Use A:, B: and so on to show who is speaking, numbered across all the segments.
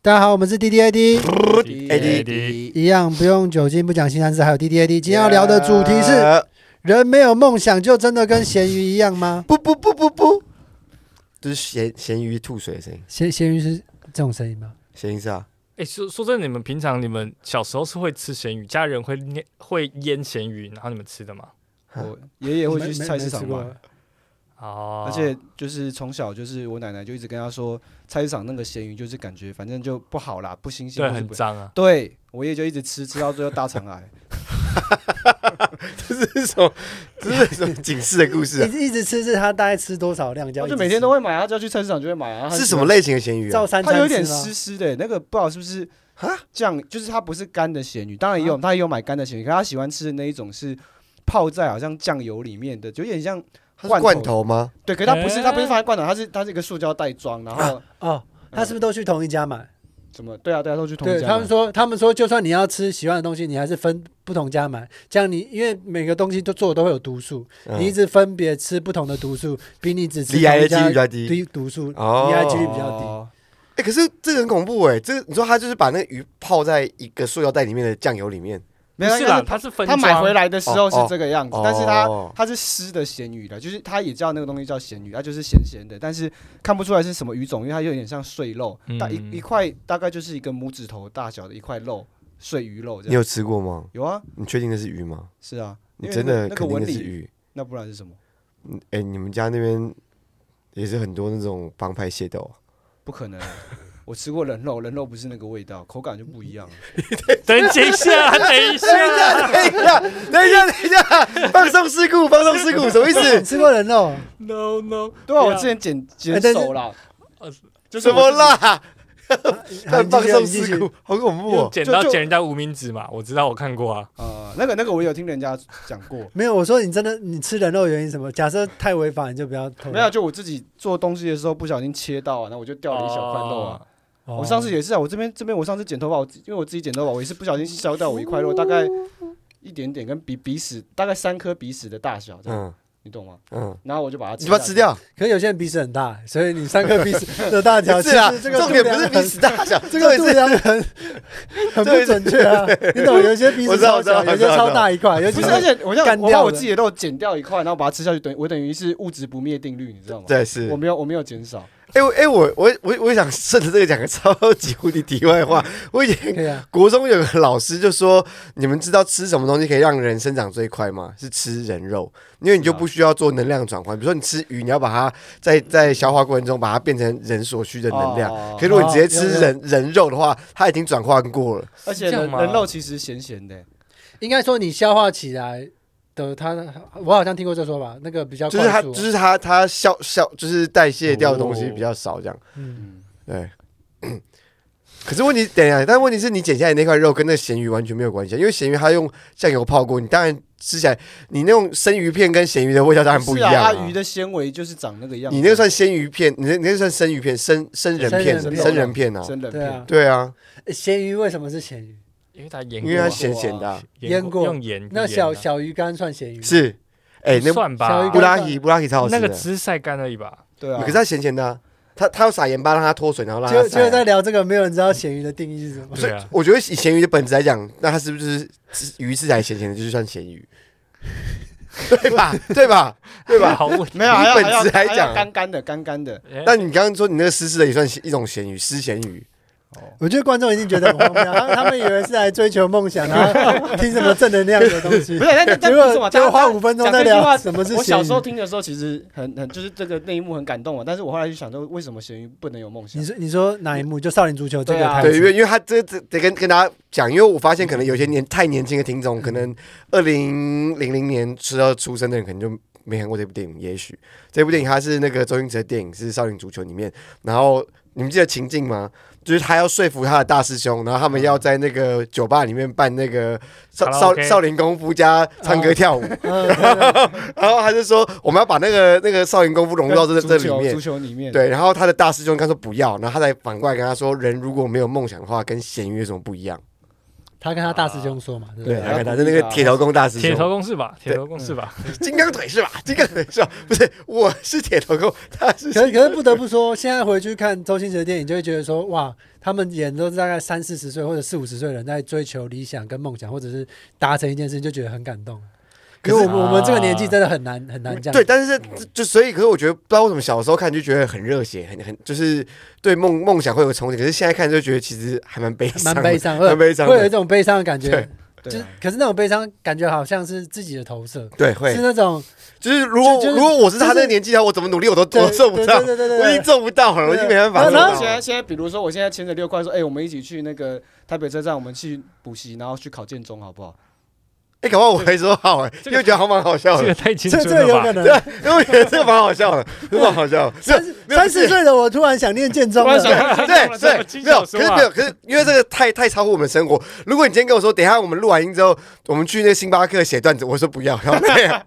A: 大家好，我们是 D D A D，
B: AD
A: 一样不用酒精，不讲新三字，还有 D D A D。今天要聊的主题是：
B: Yeah
A: 人没有梦想就真的跟咸鱼一样吗？
B: 不不不不不，就是咸咸鱼吐水的声音，
A: 咸咸鱼是这种声音吗？
B: 咸鱼是啊，
C: 哎、说说真的，你们平常你们小时候是会吃咸鱼，家人会腌会腌咸鱼，然后你们吃的吗？
D: 我爷爷会去
A: 没
D: 菜市场
A: 没没吃过
D: 买，
C: 哦，
D: 而且就是从小就是我奶奶就一直跟他说，菜市场那个咸鱼就是感觉反正就不好啦，不新鲜，
C: 对
D: 或是
C: 很
D: 不
C: 脏啊，
D: 对我爷爷就一直吃，吃到最后大肠 癌。
B: 这是什么？这是什么警示的故事
A: 一直一直吃是他大概吃多少量？
D: 我
A: 就
D: 就每天都会买，他只要去菜市场就会买啊。
B: 啊？是什么？类型的咸鱼啊
A: 照？三餐
D: 它
A: 吃
D: 有点
A: 吗
D: 湿湿的，那个不知道是不是
B: 啊
D: 酱，就是它不是干的咸鱼，当然也有，
A: 啊
D: 他也有买干的咸鱼，可他喜欢吃的那一种是泡在好像酱油里面的，就有点像
B: 它是罐头吗？
D: 对，可是它不是，
C: 哎
D: 它不是放在罐头，它是它是一个塑胶袋装，然
B: 啊
D: 后
A: 哦。他是不是都去同一家买？
D: 怎么？对啊，对啊，都去同一
A: 对
D: 家
A: 他们
D: 买
A: 说，他们说，就算你要吃喜欢的东西，你还是分不同家买。这样你因为每个东西都做的都会有毒素，
B: 嗯
A: 你一直分别吃不同的毒素，比你只吃
B: 离
A: 同
B: 癌的
A: 一
B: 几率
A: 家
B: 比较低。
A: 低毒素
B: 哦
A: 离癌几率比较低。
D: 哦
B: 哎，可是这个很恐怖哎，这你说他就是把那个鱼泡在一个塑料袋里面的酱油里面，
D: 没
C: 不
D: 有
C: 是
D: 应该
C: 啦，
D: 是
C: 它是分
D: 他买回
C: 来，
D: 来的时候是这个样子，但是它
B: 哦
D: 它是湿的咸鱼的，就是它也叫那个东西叫咸鱼，它就是咸咸的，但是看不出来是什么鱼种，因为它有点像碎肉，
C: 嗯
D: 大一一块大概就是一个拇指头大小的一块肉，碎鱼肉这
B: 你
D: 样。
B: 有吃过吗？
D: 有啊，
B: 你确定那是鱼吗？
D: 是啊，
B: 你
D: 因为
B: 真
D: 那
B: 的
D: 个那个
B: 肯定
D: 纹
B: 那是
D: 理，
B: 鱼。
D: 那不然是什么？
B: 嗯哎，你们家那边也是很多那种帮派械斗啊，
D: 不可能。我吃过人肉，人肉不是那个味道，口感就不一样了。
C: 等一下，等一下，
B: 等一下，等一下，等一下，放松事故，放松事故，什么意
A: 你
B: 思？
A: 吃过人肉？
C: No no，
D: 对啊，
C: 不
D: 我
C: 要
D: 之前剪
A: 哎
D: 剪
A: 但是
D: 手啦，
B: 就什么啦？
A: 好
B: 放松
A: 你继续
B: 事故，好恐怖
C: 又
B: 哦！
C: 捡
D: 就
C: 到
D: 就
C: 捡人家无名指嘛，我知道我看过啊，
D: 呃，那个那个我有听人家讲过，
A: 没有，我说你真的你吃人肉的原因是什么？假设太违法，你就不要
B: 啊
A: 偷。
D: 没有，就我自己做东西的时候不小心切到啊，那我就掉了一小块肉啊。
A: 哦，
D: 我上次也是啊，我这边这边我上次剪头发，我自因为我自己剪头发，我也是不小心削掉我一块肉，大概一点点，跟鼻鼻屎大概三颗鼻屎的大小这样，
B: 嗯
D: 你懂吗？
B: 嗯，
D: 然后我就把它
B: 你把它吃，掉。
A: 可是有些人鼻屎很大，所以你三个 鼻屎的大条，
B: 不是啊，
A: 其实这个
B: 重点不是
A: 度量
B: 鼻屎大小，
A: 很。这
B: 重
A: 个
B: 点
A: 度
B: 是
A: 量很很不准确啊！你懂，有些鼻
B: 我
A: 子
B: 知道
A: 超
B: 我知道
A: 小，有些
B: 我知道
A: 超大一块，尤其
D: 不是，而且我像
A: 干
D: 我
A: 掉了
D: 把我自己的肉剪掉一块，然后把它吃下去，等于我等于是物质不灭定律，你知道吗？
B: 对是
D: 我。没有我没有减少，
B: 哎我哎我我我我想顺着这个讲个超级无敌题外话。我以前
A: 可以啊，
B: 国中有个老师就说，你们知道吃什么东西可以让人生长最快吗？是吃人肉，因为你就不需要做能量转换。比如说你吃鱼，你要把它在在消化过程中把它变成人所需的能量。
D: 哦
B: 可是如果你直接吃
A: 哦有
B: 人人肉的话，它已经转换过了。
D: 而且
C: 这样
D: 人
C: 吗
D: 人肉其实咸咸的，
A: 应该说你消化起来的，它我好像听过这说法，那个比较
B: 就是它，
A: 快速
B: 就
A: 啊。
B: 是它，它消消就是代谢掉的东西比较少，这样。
A: 嗯，
D: 嗯，
B: 对。 可是问题，等一下，但问题是你剪下来那块肉跟那咸鱼完全没有关系啊，因为咸鱼它用酱油泡过，你当然吃起来，你那种生鱼片跟咸鱼的味道当然不一
D: 是
B: 样、
D: 啊，它鱼的纤维就是长那个样子，
B: 你那个算鲜鱼片，你那你那个算生鱼片，生生人片，
A: 生人片
B: 生人片啊。
D: 真的
A: 对啊，
B: 对啊，
A: 咸鱼为什么是咸鱼？
C: 因为它腌
B: 因
C: 过，
B: 为它咸咸的啊、
A: 腌过
C: 用盐，
A: 那
C: 盐啊
A: 小小鱼干算咸鱼吗？
B: 是，哎，那
C: 算
A: 小鱼
C: 吧
B: 布
A: 干，
B: 拉提布拉提超好吃
C: 那
B: 的
C: 个，只是晒干而已吧，
D: 对啊，
B: 可是它咸咸的啊，它它要撒盐巴让它脱水，然后让
A: 就
B: 它
A: 就在
B: 晒啊。
A: 聊这个，没有人知道咸鱼的定义是什么。
B: 所以
C: 对啊
B: 我觉得以咸鱼的本质来讲，那它是不是吃鱼吃起来咸咸的，就是算咸鱼， 对吧？对吧？对吧？
C: 好问，
D: 没有，还要
B: 本
D: 还要
B: 质来
D: 还
B: 讲
D: 要干干的干干的，
C: 哎
B: 但你刚刚说你那个湿湿的也算一种咸鱼，湿咸鱼。
A: 我觉得观众一定觉得很荒谬，他他们以为是来追求梦想，然后听什么正能量的东西
D: 不，是，那那
A: 结
D: 那不是嘛？
A: 果结果
D: 大家
A: 花五分钟在聊什么是
D: 我
A: 咸
D: 小时候
A: 鱼。
D: 听的时候，其实很很就是这个那一幕很感动啊我，但是我后来就想说，为什么咸鱼不能有梦想
A: 你？说你说哪一幕？就少林足球这个
D: 对啊
A: 台
B: 对，因
A: 词，
B: 为因为他这这得跟跟大家讲，因为我发现可能有些年太年轻的听众，可能二零零零年时候出生的人，可能就没看过这部电影。也许这部电影它是那个周星驰的电影，是《少林足球》里面。然后你们记得情境吗？就是他要说服他的大师兄，然后他们要在那个酒吧里面办那个少
C: 卡拉
B: 少
C: OK
B: 少林功夫加唱歌跳舞，
A: 嗯对对对
B: 然后他就说我们要把那个那个少林功夫融入到这这
D: 足
B: 里
D: 球
B: 面
D: 足。球里面，
B: 对，然后他的大师兄跟他说不要，然后他才反过来跟他说，人如果没有梦想的话，跟咸鱼有什么不一样？
A: 他跟他大师兄说嘛，对不
B: 对，啊
A: 对？
B: 他看他是那个铁头功大师
C: 铁头
B: 兄，
C: 公是吧？铁头公是吧？
B: 金刚腿是吧？金刚腿是吧？不是，我是铁头功，他是
A: 可是可是不得不说，现在回去看周星驰的电影，就会觉得说，哇，他们演都是大概三四十岁或者四五十岁的人在追求理想跟梦想，或者是达成一件事情，就觉得很感动。
B: 可
A: 可
B: 是
A: 是我们我们这个年纪
C: 啊
A: 真的很难很难这样。
B: 对，，但是就所以，可是我觉得不知道为什么小时候看就觉得很热血，很很就是对梦梦想会有憧憬，可是现在看就觉得其实还蛮悲伤
A: 蛮
B: 的，
A: 悲伤，
B: 蛮
A: 会
B: 悲伤
A: 会有一
B: 的，
A: 种悲伤的感觉
B: 对。
A: 就
D: 对啊，
A: 可是那种悲伤感觉好像是自己的投射，
B: 对，
A: 是
B: 会
A: 那种
B: 就是如果
A: 就就是
B: 如果我是他
A: 就
B: 那个
A: 是
B: 年纪的话，我怎么努力我都
A: 对
B: 我做不到
A: 对，对对对
B: 我已
A: 对
B: 经做不到了，我已经没办法
A: 对
B: 做
A: 然后
B: 到
D: 然后现在
B: 了。
D: 现在，比如说我现在牵着六块说，哎、我们一起去那个台北车站，我们去补习，然后去考建中，好不好？
B: 哎，搞不好我会说好，哎，因为觉得还蛮好笑
C: 这个
B: 的，
C: 太青
A: 这
C: 春
A: 这有可
C: 了吧？
A: 能。
B: 因为我觉得这个蛮好笑的，这蛮好笑的。
A: 三十
B: 没有
A: 三十岁的我突然想念建中了，
D: 想
B: 对
C: 这么
B: 对，
C: 轻
B: 没有，可
C: 小说
B: 是
C: 啊
B: 没有，可是因为这个太太超乎我们生活。如果你今天跟我说，等一下我们录完音之后，我们去那个星巴克写段子，我说不要，然后这样，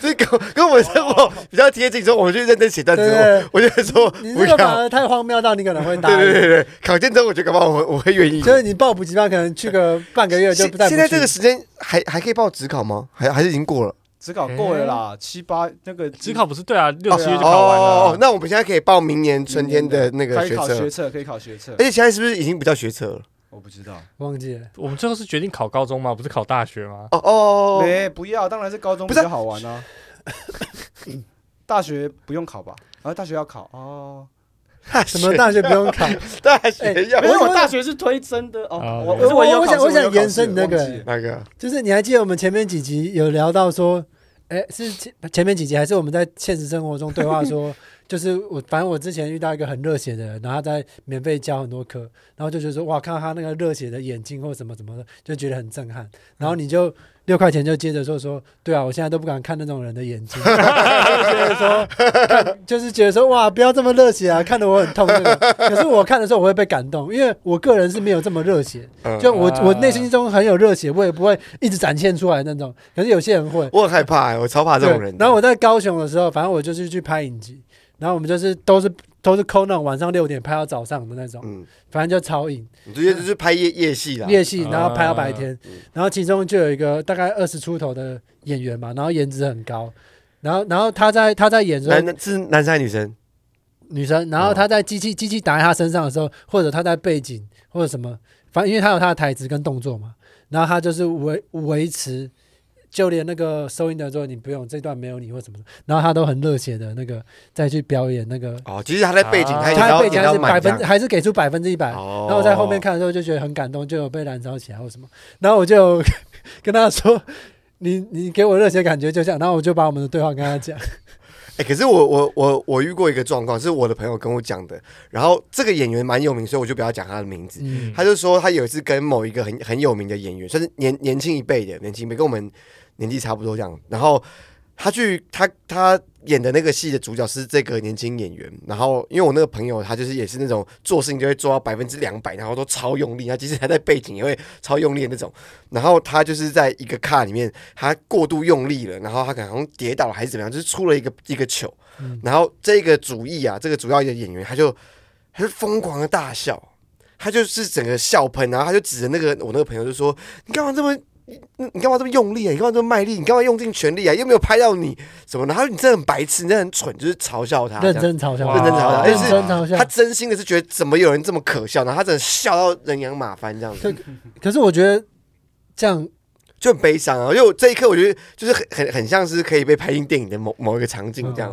B: 就是跟跟我们生活比较贴近，说我们去认真写段子，
A: 对
B: 我
A: 对
B: 我就说
A: 你
B: 不
A: 这个反
B: 要。
A: 而太荒谬到你可能会答
B: 对对
A: 应。
B: 对对，考卷之后我觉得搞不好我我会愿意。
A: 所以你报补习班可能去个半个月就
B: 现
A: 不再不
B: 现在这
A: 去
B: 个时间还还可以报职考吗？还还是已经过了？
D: 只考过了啦，七八那个
C: 只考不是对啊，六七
D: 对
C: 月
D: 啊
C: 就考完
B: 哦，
C: 了。
B: 那我们现在可以报明年春天的那个
D: 可以
B: 学
D: 考学
B: 测，哎
D: 测，可以考学测
B: 而，且现在是不是已经不叫学测了？
D: 我不知道。
A: 忘记了，
C: 我们最后是决定考高中吗？不是考大学吗？
B: 哦哦，
D: 没、不要，当然是高中
B: 不
D: 比
B: 是啊
D: 较好玩啊。大学不用考吧？啊，大学要考哦。
B: 大
A: 什
B: 学
A: 么大学不用考？
B: 大
A: 哎
B: 学要
A: 没
D: 没
A: 有
D: 有，
A: 我
D: 我大学是推真的
C: 啊
D: 哦。我
C: 对
D: 我有
A: 我
D: 考
A: 想
D: 试
A: 我想
D: 有考试
A: 延伸你那个
D: 忘记了
B: 那个
A: 就是你还记得我们前面几集有聊到说，哎，是前前面几集还是我们在现实生活中对话说，就是我反正我之前遇到一个很热血的人，然后他在免费教很多课，然后就觉得说哇，看到他那个热血的眼睛或什么什么的，就觉得很震撼。然后你就六块钱就接着说说，对啊，我现在都不敢看那种人的眼睛，就 觉得说，看就是觉得说哇，不要这么热血啊，看得我很痛、那个。可是我看的时候我会被感动，因为我个人是没有这么热血。
B: 嗯
A: 就我
C: 啊
A: 我内心中很有热血，我也不会一直展现出来那种。可是有些人会，
B: 我很害怕、欸，我超怕这种人
A: 对
B: 的。
A: 然后我在高雄的时候，反正我就是去拍影集，然后我们就是都是都是抠那种晚上六点拍到早上的那种，
B: 嗯，
A: 反正就超影
B: 你直接就是拍夜夜戏啦。
A: 夜戏，然后拍到白
C: 啊
A: 天
B: 嗯。
A: 然后其中就有一个大概二十出头的演员嘛，然后颜值很高，然后然后他在他在演说
B: 男是男生还是女生？
A: 女生，然后他
B: 嗯
A: 在机器机器打在他身上的时候，或者他在背景或者什么，反正因为他有他的台词跟动作嘛，然后他就是维维持，就连那个收音的说你不用这段没有你或什么的，然后他都很热血的那个再去表演那个，
B: 哦，其实他在背景，
C: 啊
B: 他
A: 他的
B: 也
A: 背景还
B: 要
A: 是百分
B: 之。
A: 还是给出百分之一百，
B: 哦，
A: 然后我在后面看的时候就觉得很感动，就有被燃烧起来或什么。然后我就 有跟他说：“你你给我热血感觉就这样。”然后我就把我们的对话跟他讲。
B: 哎、可是我我我我遇过一个状况，是我的朋友跟我讲的。然后这个演员蛮有名，所以我就不要讲他的名字。
A: 嗯，
B: 他就说他有一次跟某一个很很有名的演员，算是年年轻一辈的，年轻一辈跟我们年纪差不多这样。然后他去他他演的那个戏的主角是这个年轻演员。然后因为我那个朋友他就是也是那种做事情就会做到百分之两百，然后都超用力，他即使他在背景也会超用力的那种。然后他就是在一个卡里面，他过度用力了，然后他可能好像跌倒了还是怎么样，就是出了一个一个球。
A: 嗯
B: 然后这个主意啊，这个主要的演员他就他就疯狂的大笑。他就是整个笑喷，然后他就指着那个我那个朋友就说：“你干嘛这么，你你干嘛这么用力啊？你干嘛这么卖力？你干嘛用尽全力啊？又没有拍到你什么的？”他说：“你真的很白痴，你真的很蠢，就是嘲笑他。”
A: 认真嘲笑，
B: 啊认真嘲笑
A: 认
B: 但是
A: 真嘲笑
B: 他。真心的是觉得怎么有人这么可笑，然后他真的笑到人仰马翻这样子，
A: 可是我觉得这样
B: 就很悲伤啊。因为我这一刻我觉得就是很很很像是可以被拍进电影的某某一个场
A: 嗯
B: 景这样。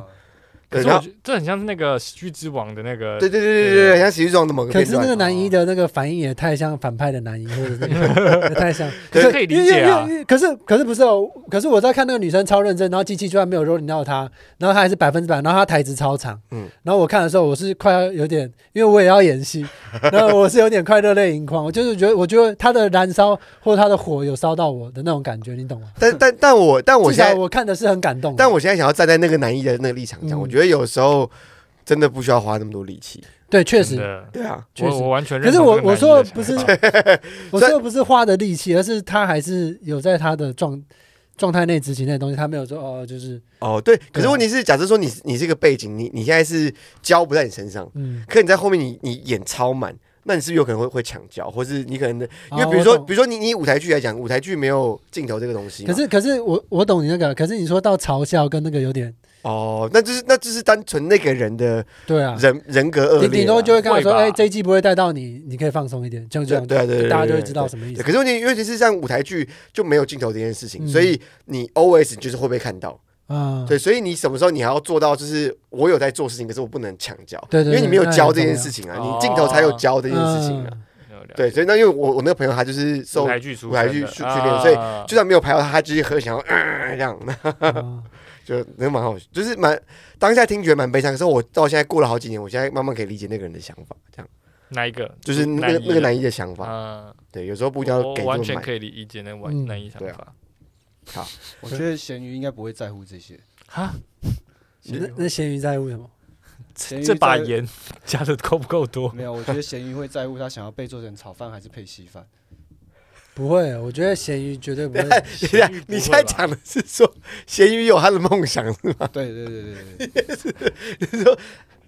C: 可
B: 对，
C: 是我
B: 然后
C: 觉得这很像是那个喜剧之王的那个
B: 对对对对对对，像喜剧中的某个
A: 可
B: 片
A: 是那
B: 段
A: 个。男一的那个反应也太像反派的男一，或者是那 个也太像，
C: 可是可以理解啊
A: 因为因为因为可是可是不是哦？可是我在看那个女生超认真，然后机器居然没有蹂躏到她，然后她还是百分之百，然后她台词超长。
B: 嗯
A: 嗯，然后我看的时候，我是快要有点，因为我也要演戏， 然后我是有点快热泪盈眶。我就是觉得，我觉得她的燃烧或她的火有烧到我的那种感觉，你懂吗？
B: 但但但我但我
A: 至
B: 现在
A: 少我看的是很感动的。
B: 但我现在想要站在那个男一的那个立场讲，
A: 嗯
B: 我觉得有时候真的不需要花那么多力气。
A: 对，确
C: 真
A: 实，
C: 的，
B: 对啊，
A: 确
C: 我
A: 实
C: 我完全认
A: 可是
C: 同
A: 我
C: 这个
A: 我
C: 男
A: 说
C: 一的
A: 不
C: 想
A: 是
C: 法
A: 我
B: 所以
A: 说的不是花的力气，而是她还是有在她的状状态内执行那些东西，她没有说哦，就是
B: 哦对。可是
A: 对啊
B: 问题是，假设说你是你是个背景，你你现在是胶不在你身上，
A: 嗯。
B: 可你在后面你你演超满，那你是不是有可能会会抢脚，或是你可能因
A: 啊
B: 为比如说
A: 我懂
B: 比如说你你以舞台剧来讲，舞台剧没有镜头这个东西嘛，
A: 可是可是我我懂你那个，可是你说到嘲笑跟那个有点
B: 哦，那就是那就是单纯那个人的
A: 对啊，
B: 人人格恶
A: 顶
B: 劣啊，
A: 顶多就会跟他说，
C: 会吧
A: 哎，这一季不会带到你，你可以放松一点，这样这
B: 对
A: 样，
B: 对啊对对对
A: 大家就会
B: 对
A: 知道什么意
B: 对
A: 思。
B: 可是问题，尤其是像舞台剧就没有镜头这件事情，
A: 嗯
B: 所以你 always 就是会被看到。
A: 嗯，
B: 对，所以你什么时候你还要做到，就是我有在做事情，可是我不能强教，
A: 对对对
B: 因为你没有教这
A: 那很重要
B: 件事情啊，你镜头才有教这件事情啊。
A: 嗯
C: 了解
B: 对，所以那因为我我那个朋友他就是受
C: 舞，台剧出
B: 舞台
C: 身
B: 剧
C: 的
B: 训训练
C: 啊
B: 所以就算没有拍到他，他就是很想要、呃、这样，那
A: 嗯
B: 就那蛮好，就是蛮当下听觉得蛮悲伤，可是我到现在过了好几年，我现在慢慢可以理解那个人的想法，这样
C: 哪一个？
B: 就是那个
C: 男一
B: 那个男一的想法，
C: 啊，
B: 对，有时候不一定要
C: 我
B: 给
C: 完
B: 这么
C: 全
B: 满
C: 可以理解那
A: 嗯
C: 完难以想
B: 对啊
C: 法。
D: 我觉得咸鱼应该不会在乎这些。
C: 哈，
A: 那那咸鱼在乎什么？
D: 咸鱼
C: 这把
D: 在
C: 盐 加的够不够 多？
D: 没有，我觉得咸鱼会在乎他想要被做成炒饭还是配稀 饭。
A: 不会，我觉得咸鱼绝对不会。
B: 对啊， 你现在讲的是说咸鱼有他的梦想，
D: 对对对对 对，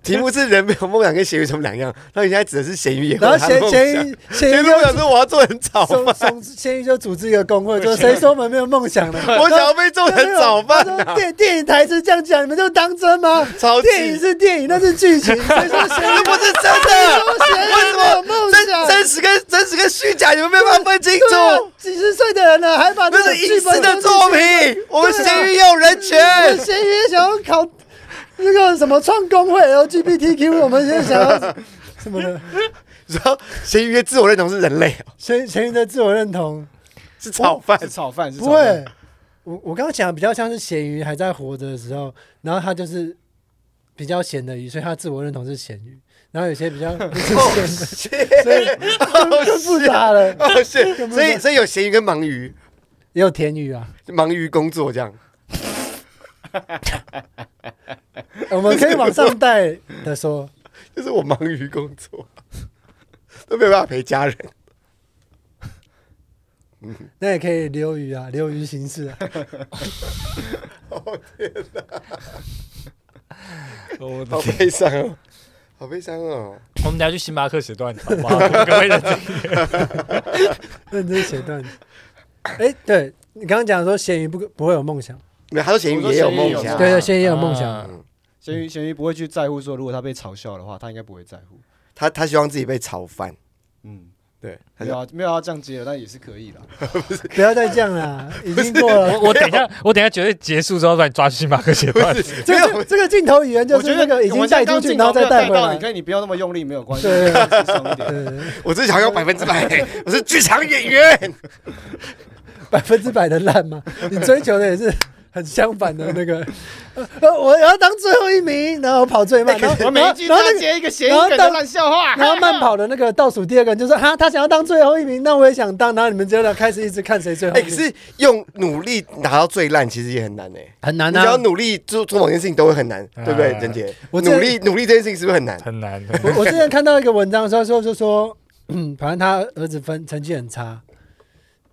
B: 题目是人没有梦想跟咸鱼什么两样？那你现在指的是咸鱼也有
A: 然后
B: 他的
A: 咸
B: 梦想？
A: 咸鱼咸
B: 咸
A: 鱼
B: 鱼
A: 就
B: 梦想说我要做 成早饭，
A: 总总咸鱼就组织一个工会，说谁说我们没有梦想 呢？啊
B: 我想要被做成早饭啊
A: 他说电电影台词这样讲，你们就当真吗？
B: 超
A: 电影
B: 级。
A: 是电影，那是剧 情。谁说咸
B: 这
A: 鱼
B: 不是真的，
A: 说咸鱼没有梦
B: 真
A: 想？
B: 真实跟真实跟虚假你们没有办法分清
A: 啊对啊
B: 楚，
A: 几十岁的人了，还把
B: 那
A: 这个
B: 是
A: 剧
B: 影
A: 本
B: 视的作品。我们咸鱼有人
A: 我
B: 权，
A: 咸鱼想要考那个什么创工会 LGBTQ，我们现在想要什么呢？
B: 然
A: 啊
B: 后咸鱼的自我认同是人类，哦
A: 咸咸鱼的自我认同
B: 是炒饭
D: 是。炒饭是
A: 不
D: 炒饭
A: 会。我我刚刚讲的比较像是咸鱼还在活着的时候，然后他就是比较咸的鱼，所以他自我认同是咸鱼。然后有些比 较不是咸的，所以 更更复杂了。
B: 哦，是，所以所以有咸鱼跟盲鱼，
A: 也有甜鱼啊，
B: 忙于工作这样。
A: 我们可以往上带的说。
B: 就是我忙于工作， 都没有办法陪家人。
A: 那也可以溜鱼啊，溜鱼形式、啊。
C: 我的
B: 好
C: 天
B: 悲伤哦，好悲伤哦。
C: 我们等下去星巴克写段子，好不好？ 各位认真
A: 认真写段 子。哎、对你刚刚讲说咸鱼不不会有梦想，
B: 没有，他说咸鱼也有梦
D: 我说咸鱼有
B: 想，啊
D: 梦
A: 对对，咸鱼也哎有梦想。
C: 啊
D: 咸鱼咸鱼不会去在乎说，如果他被嘲笑的话，他应该不会在乎。
B: 他他希望自己被炒饭。
D: 嗯，
B: 对，他
D: 没
B: 说
D: 有啊，没有要这样接了，但也是可以啦。
A: 不要再这样 啦，已经过了。
C: 我我等一下，我等一下绝对结束之后把你抓去星巴克写段子。
A: 这个这个镜头语言就
D: 我
A: 是
D: 觉
A: 那
D: 得
A: 个已
D: 我
A: 经
D: 们现
A: 带
D: 在
A: 出
D: 刚
A: 去，
D: 进
A: 然后
D: 到没
A: 再
D: 有
A: 带
D: 带
A: 回
D: 到，你
A: 来。
D: 看你不要那么用力，没有关系，
A: 对
D: 轻松一点。
A: 对，
B: 我只想要百分之 百，我是剧场演员。
A: 百分之百的烂 嘛，你追求的也是很相反的那个。呃我要当最后一名，然后跑最慢，然后
D: 哎我
A: 然
D: 每一
A: 后
D: 句
A: 然后
D: 都
A: 那
D: 要
A: 个
D: 接一个谐音梗的烂笑话，
A: 然后慢跑的那个倒数第二个人就说哈，他想要当最后一名，那我也想当，然后你们就俩开始一直看谁最后
B: 哎，
A: 一
B: 可
A: 名，
B: 是用努力拿到最烂，其实也很难哎。
A: 很
B: 你
A: 难
B: 只要
A: 啊。
B: 努力做做某件事情都会很难，对不对，
C: 啊
B: 珍姐？
A: 我
B: 努力努力这件事情是不是很难？
C: 很难的。
A: 我我之前看到一个文章说说就说，嗯，反正他儿子分成绩很差，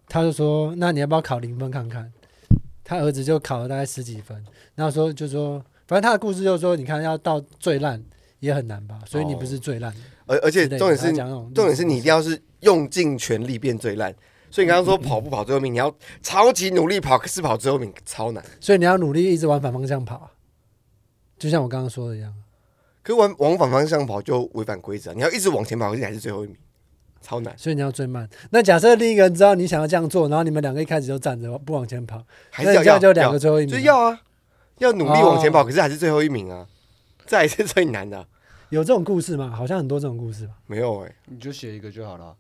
A: 他就说那你要不要考零分看看？他儿子就考了大概十几分，然后说就说，反正他的故事就是说，你看要到最烂也很难吧，所以你不是最烂的
B: 而而且
A: 之类的。
B: 哦重点是
A: 他讲那种
B: 重点是你一定要是用尽全力变最烂。所以你刚刚说跑不跑最后一名，你要超级努力跑，可是跑最后一名超难。
A: 所以你要努力一直往反方向跑啊，就像我刚刚说的一样，啊
B: 可是往往反方向跑就违反规则，你要一直往前跑，可是你还是最后一名，超难，
A: 所以你要最慢。那假设另一个人知道你想要这样做，然后你们两个一开始就站着不往前跑，
B: 还
A: 那
B: 是
A: 你
B: 要
A: 这样
B: 要
A: 就两个最后一哦
B: 就
A: 名啊，
B: 是要啊，要努力往前跑，可是还是最后一名啊，这还是最难的啊、
A: 有这种故事吗？好像很多这种故事吧。
B: 没有哎、
D: 你就写一个就好了，